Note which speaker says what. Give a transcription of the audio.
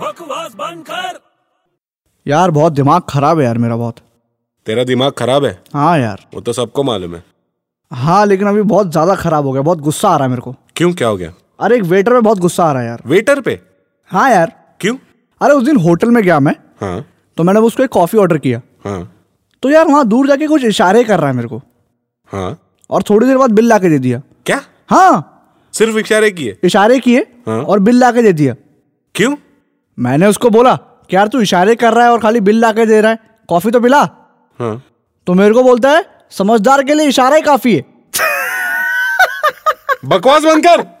Speaker 1: बकवास बंद कर
Speaker 2: यार बहुत दिमाग खराब है यार मेरा बहुत
Speaker 3: तेरा दिमाग खराब है
Speaker 2: हाँ यार
Speaker 3: वो तो सबको मालूम है
Speaker 2: हाँ लेकिन अभी बहुत ज्यादा खराब हो गया बहुत गुस्सा आ रहा है मेरे को
Speaker 3: क्यों क्या हो गया
Speaker 2: अरे एक वेटर में बहुत गुस्सा आ रहा है यार
Speaker 3: वेटर पे
Speaker 2: हाँ यार
Speaker 3: क्यों
Speaker 2: अरे उस दिन होटल में गया मैं
Speaker 3: हाँ
Speaker 2: तो मैंने उसको एक कॉफी ऑर्डर किया
Speaker 3: हाँ
Speaker 2: तो यार वहाँ दूर जाके कुछ इशारे कर रहा है मेरे को
Speaker 3: हाँ
Speaker 2: और थोड़ी देर बाद बिल ला के दे दिया
Speaker 3: क्या
Speaker 2: हाँ
Speaker 3: सिर्फ इशारे किए
Speaker 2: इशारे किए
Speaker 3: हाँ।
Speaker 2: और बिल ला के दे दिया
Speaker 3: क्यों
Speaker 2: मैंने उसको बोला कि यार तू इशारे कर रहा है और खाली बिल ला के दे रहा है कॉफी तो पिला
Speaker 3: हाँ
Speaker 2: तो मेरे को बोलता है समझदार के लिए इशारा ही काफी है
Speaker 3: बकवास बंद कर